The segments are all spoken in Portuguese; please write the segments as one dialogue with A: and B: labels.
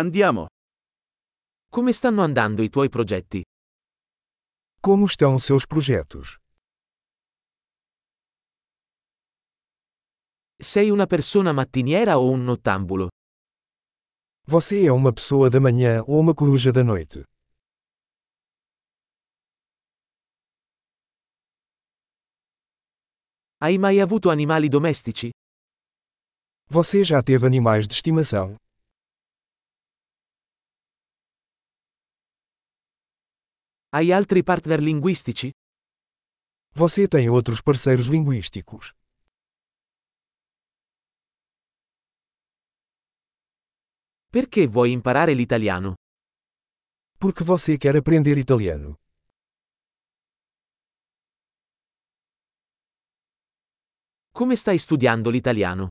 A: Andiamo.
B: Come stanno andando i tuoi progetti?
C: Como estão seus projetos?
B: Sei una persona mattiniera o un nottambulo?
C: Você é uma pessoa da manhã ou uma coruja da noite?
B: Hai mai avuto animali domestici?
C: Você já teve animais de estimação?
B: Hai altri partner linguistici?
C: Você tem outros parceiros linguísticos?
B: Perché vuoi imparare l'italiano?
C: Porque você quer aprender italiano?
B: Come stai studiando l'italiano?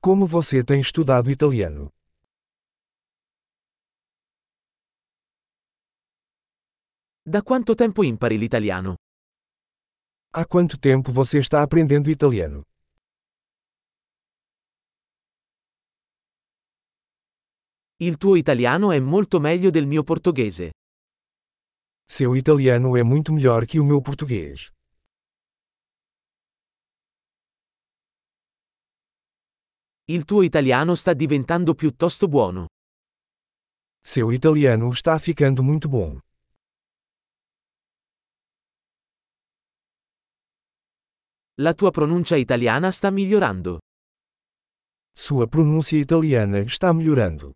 C: Como você tem estudado italiano?
B: Da quanto tempo impari l'italiano?
C: Há quanto tempo você está aprendendo italiano?
B: Il tuo italiano è molto meglio del mio portoghese.
C: Seu italiano é muito melhor que o meu português.
B: Il tuo italiano sta diventando piuttosto buono.
C: Seu italiano está ficando muito bom.
B: La tua pronuncia italiana sta migliorando.
C: Sua pronúncia italiana está melhorando.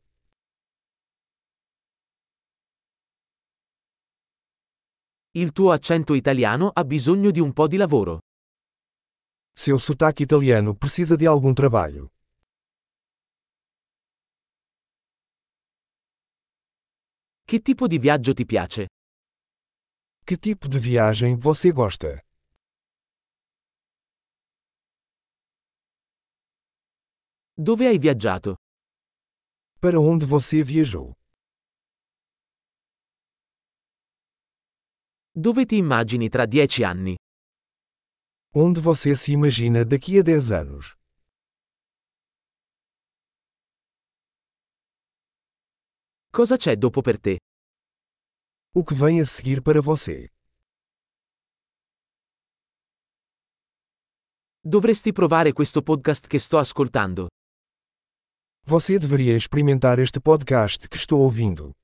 B: Il tuo accento italiano ha bisogno di un po' di lavoro.
C: Seu sotaque italiano precisa de algum trabalho.
B: Che tipo di viaggio ti piace?
C: Que tipo de viagem você gosta?
B: Dove hai viaggiato?
C: Para onde você viajou?
B: Dove ti immagini tra dieci anni?
C: Onde você se imagina daqui a 10 anos?
B: Cosa c'è dopo per te?
C: O que vem a seguir para você?
B: Dovresti provare questo podcast che sto ascoltando.
C: Você deveria experimentar este podcast que estou ouvindo.